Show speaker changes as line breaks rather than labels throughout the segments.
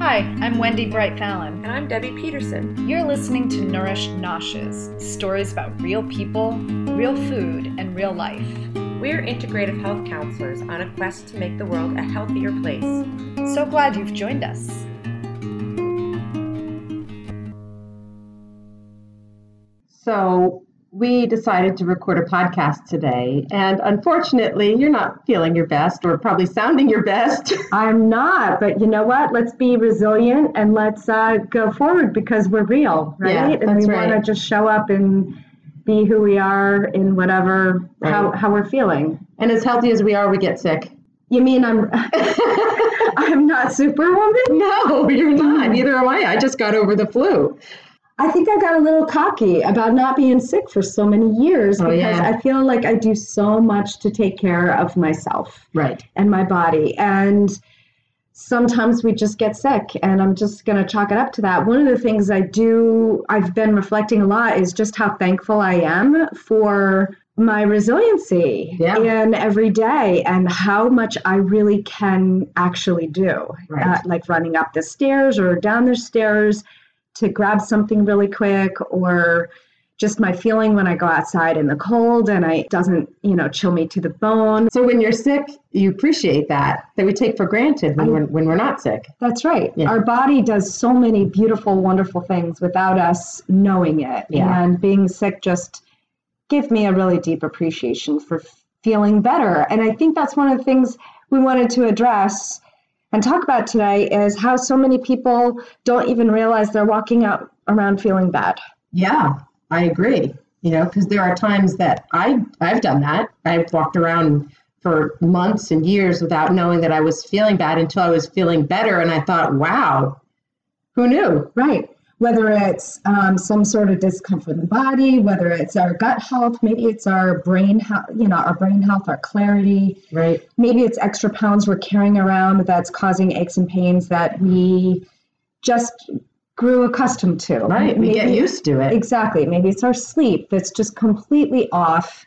Hi, I'm Wendy Bright Fallon.
And I'm Debbie Peterson.
You're listening to Nourish Noshes stories about real people, real food, and real life.
We're integrative health counselors on a quest to make the world a healthier place.
So glad you've joined us.
So we decided to record a podcast today, and unfortunately, you're not feeling your best or probably sounding your best.
I'm not, but you know what? Let's be resilient and let's uh, go forward because we're real, right?
Yeah,
and
that's
we
right.
want to just show up and be who we are in whatever how,
Right.
how we're feeling.
And as healthy as we are, we get sick.
You mean I'm I'm not superwoman?
No, you're not. Neither am I. I just got over the flu.
I think I got a little cocky about not being sick for so many years
Oh,
because
yeah.
I feel like I do so much to take care of myself.
Right.
and my body. And sometimes we just get sick, and I'm just going to chalk it up to that. One of the things I do, I've been reflecting a lot, is just how thankful I am for my resiliency
Yeah.
in every day and how much I really can actually do.
Right.
Uh, like running up the stairs or down the stairs to grab something really quick or just my feeling when I go outside in the cold and I it doesn't, you know, chill me to the bone.
So when you're sick, you appreciate that that we take for granted when we're when we're not sick.
That's right.
Yeah.
Our body does so many beautiful, wonderful things without us knowing it.
Yeah.
And being sick just gave me a really deep appreciation for f- feeling better. And I think that's one of the things we wanted to address and talk about today is how so many people don't even realize they're walking out around feeling bad.
Yeah, I agree. You know, because there are times that I I've done that. I've walked around for months and years without knowing that I was feeling bad until I was feeling better, and I thought, wow, who knew?
Right. Whether it's um, some sort of discomfort in the body, whether it's our gut health, maybe it's our brain, health, you know, our brain health, our clarity,
Right.
maybe it's extra pounds we're carrying around that's causing aches and pains that we just grew accustomed to.
Right. We get
Maybe-
used to it,
Exactly. Maybe it's our sleep that's just completely off.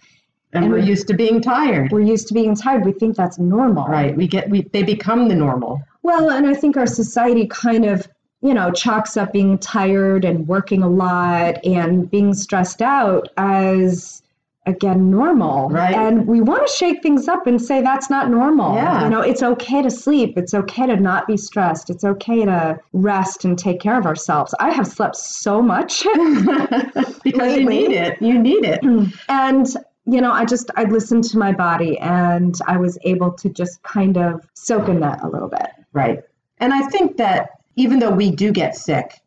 and we're used to being tired.
We're used to being tired. We think that's normal.
Right. We get we they become the normal.
Well, and I think our society kind of, you know, chalks up being tired and working a lot and being stressed out as again normal.
Right.
And we want to shake things up and say that's not normal.
Yeah.
You know, it's okay to sleep. It's okay to not be stressed. It's okay to rest and take care of ourselves. I have slept so much.
because you
Lately.
need it. You need it.
and you know, I just I listened to my body and I was able to just kind of soak in that a little bit.
Right. And I think that even though we do get sick,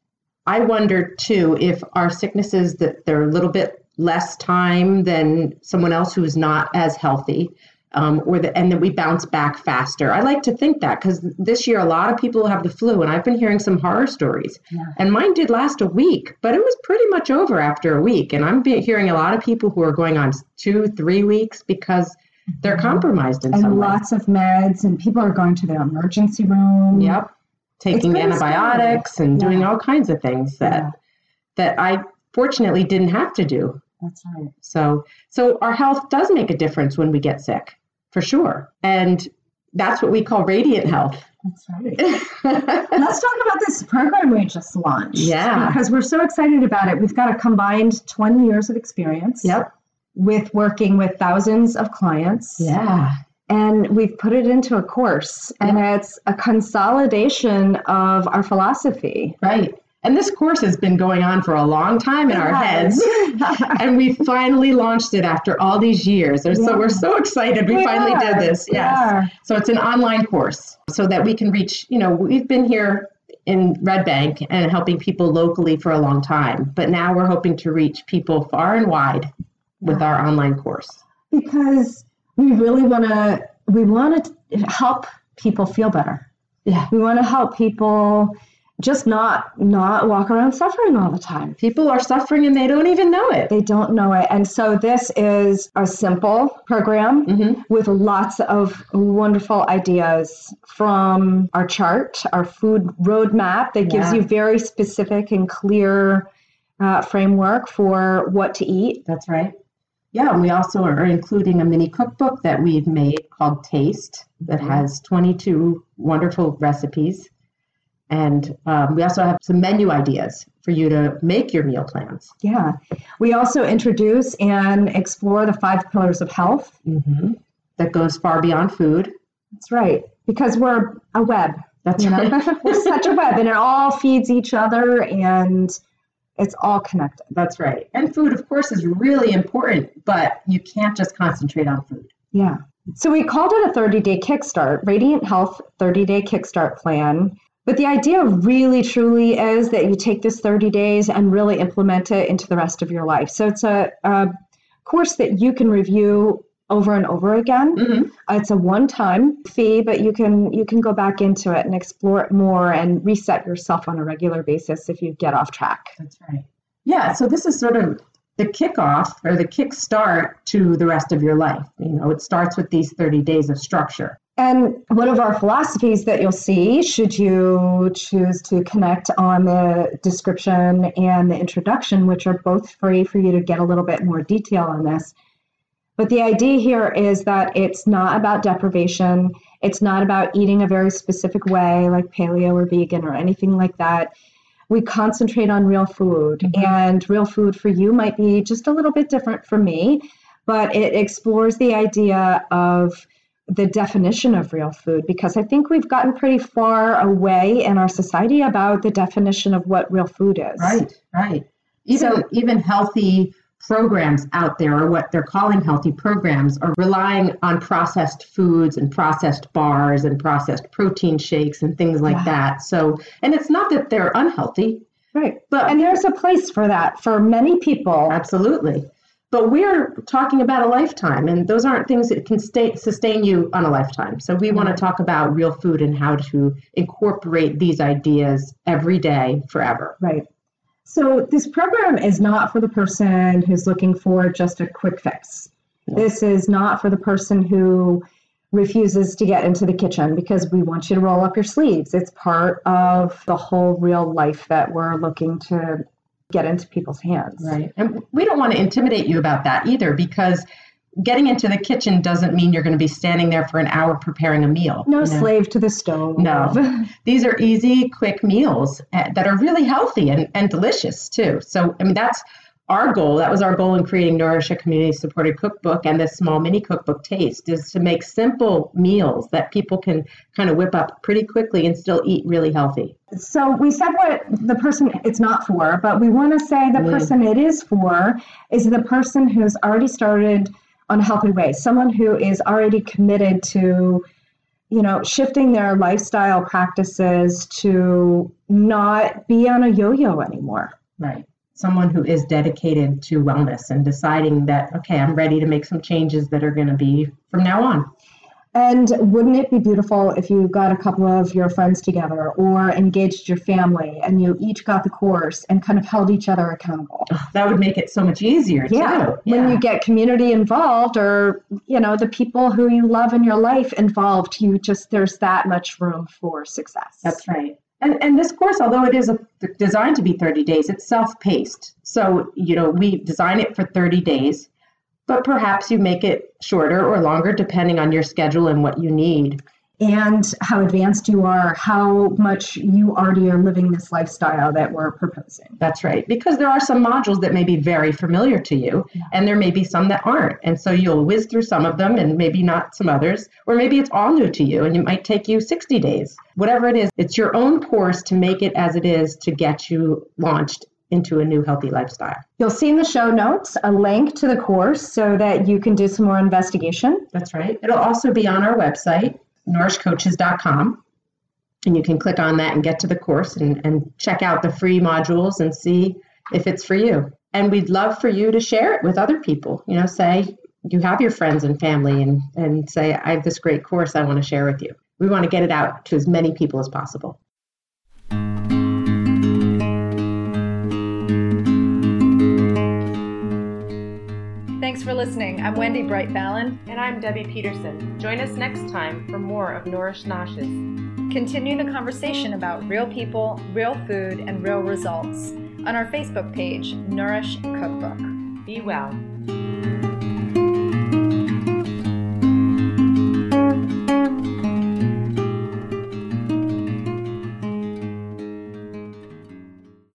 I wonder too if our sicknesses that they're a little bit less time than someone else who is not as healthy, um, or the, and that we bounce back faster. I like to think that because this year a lot of people have the flu, and I've been hearing some horror stories.
Yeah.
And mine did last a week, but it was pretty much over after a week. And I'm be- hearing a lot of people who are going on two, three weeks because they're compromised in
Mm-hmm. and
some way.
lots of meds and people are going to their emergency room
Yep. Taking
pretty scary.
antibiotics and doing
Yeah.
all kinds of things that
Yeah,
that I fortunately didn't have to do.
that's right
So so our health does make a difference when we get sick, for sure. And that's what we call radiant health.
that's right let's talk about this program we just launched
Yeah.
because we're so excited about it we've got a combined 20 years of experience
yep.
with working with thousands of clients
Yeah.
and we've put it into a course and it's a consolidation of our philosophy
Right. And this course has been going on for a long time in our heads. And we finally launched it after all these years. And so
Yeah.
we're so excited we, finally did
are.
this.
We
Yes.
are.
So it's an online course so that we can reach, you know, we've been here in Red Bank and helping people locally for a long time, but now we're hoping to reach people far and wide with our online course.
because we really want to we want to help people feel better
Yeah.
we want to help people just not not walk around suffering all the time
People are suffering and they don't even know it.
they don't know it and so this is a simple program
Mm-hmm.
with lots of wonderful ideas from our chart our food roadmap that gives
Yeah.
you very specific and clear uh, framework for what to eat
That's right. Yeah, and we also are including a mini cookbook that we've made called Taste that
Mhm.
has 22 wonderful recipes. And um, we also have some menu ideas for you to make your meal plans.
Yeah. We also introduce and explore the five pillars of health.
Mm-hmm. That goes far beyond food.
That's right. Because we're a web.
That's
You know,
right.
we're such a web and it all feeds each other and it's all connected.
That's right. And food, of course, is really important, but you can't just concentrate on food.
Yeah. So we called it a 30 day kickstart, Radiant Health 30 day kickstart plan. But the idea really truly is that you take this 30 days and really implement it into the rest of your life. So it's a, a course that you can review over and over again.
Mm-hmm.
It's a one time fee, but you can you can go back into it and explore it more and reset yourself on a regular basis if you get off track.
That's right. Yeah. So this is sort of the kickoff or the kickstart to the rest of your life. You know, it starts with these 30 days of structure.
And one of our philosophies that you'll see, should you choose to connect on the description and the introduction, which are both free for you to get a little bit more detail on this. But the idea here is that it's not about deprivation. It's not about eating a very specific way, like paleo or vegan or anything like that. We concentrate on real food,
Mhm.
and real food for you might be just a little bit different from me, but it explores the idea of the definition of real food because I think we've gotten pretty far away in our society about the definition of what real food is.
Right. Right. Even
So-
even healthy programs out there, or what they're calling healthy programs, are relying on processed foods and processed bars and processed protein shakes and things like
Yeah.
that. So, and it's not that they're unhealthy,
Right.
but
And there's a place for that for many people.
Absolutely. But we're talking about a lifetime, and those aren't things that can stay, sustain you on a lifetime. So we want to talk about real food and how to incorporate these ideas every day forever.
Right. So this program is not for the person who's looking for just a quick fix.
No.
This is not for the person who refuses to get into the kitchen because we want you to roll up your sleeves. It's part of the whole real life that we're looking to get into people's hands.
And we don't want to intimidate you about that either, because getting into the kitchen doesn't mean you're going to be standing there for an hour preparing a meal.
No
you know?
slave to the stove.
No. These are easy, quick meals uh, that are really healthy and, and delicious too. So, I mean, that's our goal. That was our goal in creating Nourish a community supported cookbook and this small mini cookbook taste is to make simple meals that people can kind of whip up pretty quickly and still eat really healthy.
So we said what the person it's not for, but we want to say the
Mm.
person it is for is the person who's already started on a healthy way, someone who is already committed to, you know, shifting their lifestyle practices to not be on a yo-yo anymore.
Right. Someone who is dedicated to wellness and deciding that, okay, I'm ready to make some changes that are going to be from now on.
And wouldn't it be beautiful if you got a couple of your friends together or engaged your family and you each got the course and kind of held each other accountable?
That would make it so much easier
yeah.
too.
When you get community involved or, you know, the people who you love in your life involved, you just, there's that much room for success.
That's right. And and this course, although it is a, designed to be 30 days, it's self-paced. So you know we design it for 30 days, but perhaps you make it shorter or longer depending on your schedule and what you need.
And how advanced you are, how much you already are living this lifestyle that we're proposing.
That's right, because there are some modules that may be very familiar to you,
Yeah.
and there may be some that aren't. And so you'll whiz through some of them and maybe not some others, or maybe it's all new to you and it might take you 60 days. Whatever it is, it's your own course to make it as it is to get you launched into a new healthy lifestyle.
You'll see in the show notes a link to the course so that you can do some more investigation.
That's right. It'll also be on our website, nourishcoaches.com. And you can click on that and get to the course and, and check out the free modules and see if it's for you. And we'd love for you to share it with other people. You know, say you have your friends and family and, and say, I have this great course I want to share with you. We want to get it out to as many people as possible.
Thanks for listening. I'm Wendy Bright Ballin.
And I'm Debbie Peterson. Join us next time for more of Nourish Noshes.
Continue the conversation about real people, real food, and real results on our Facebook page, Nourish Cookbook.
Be well.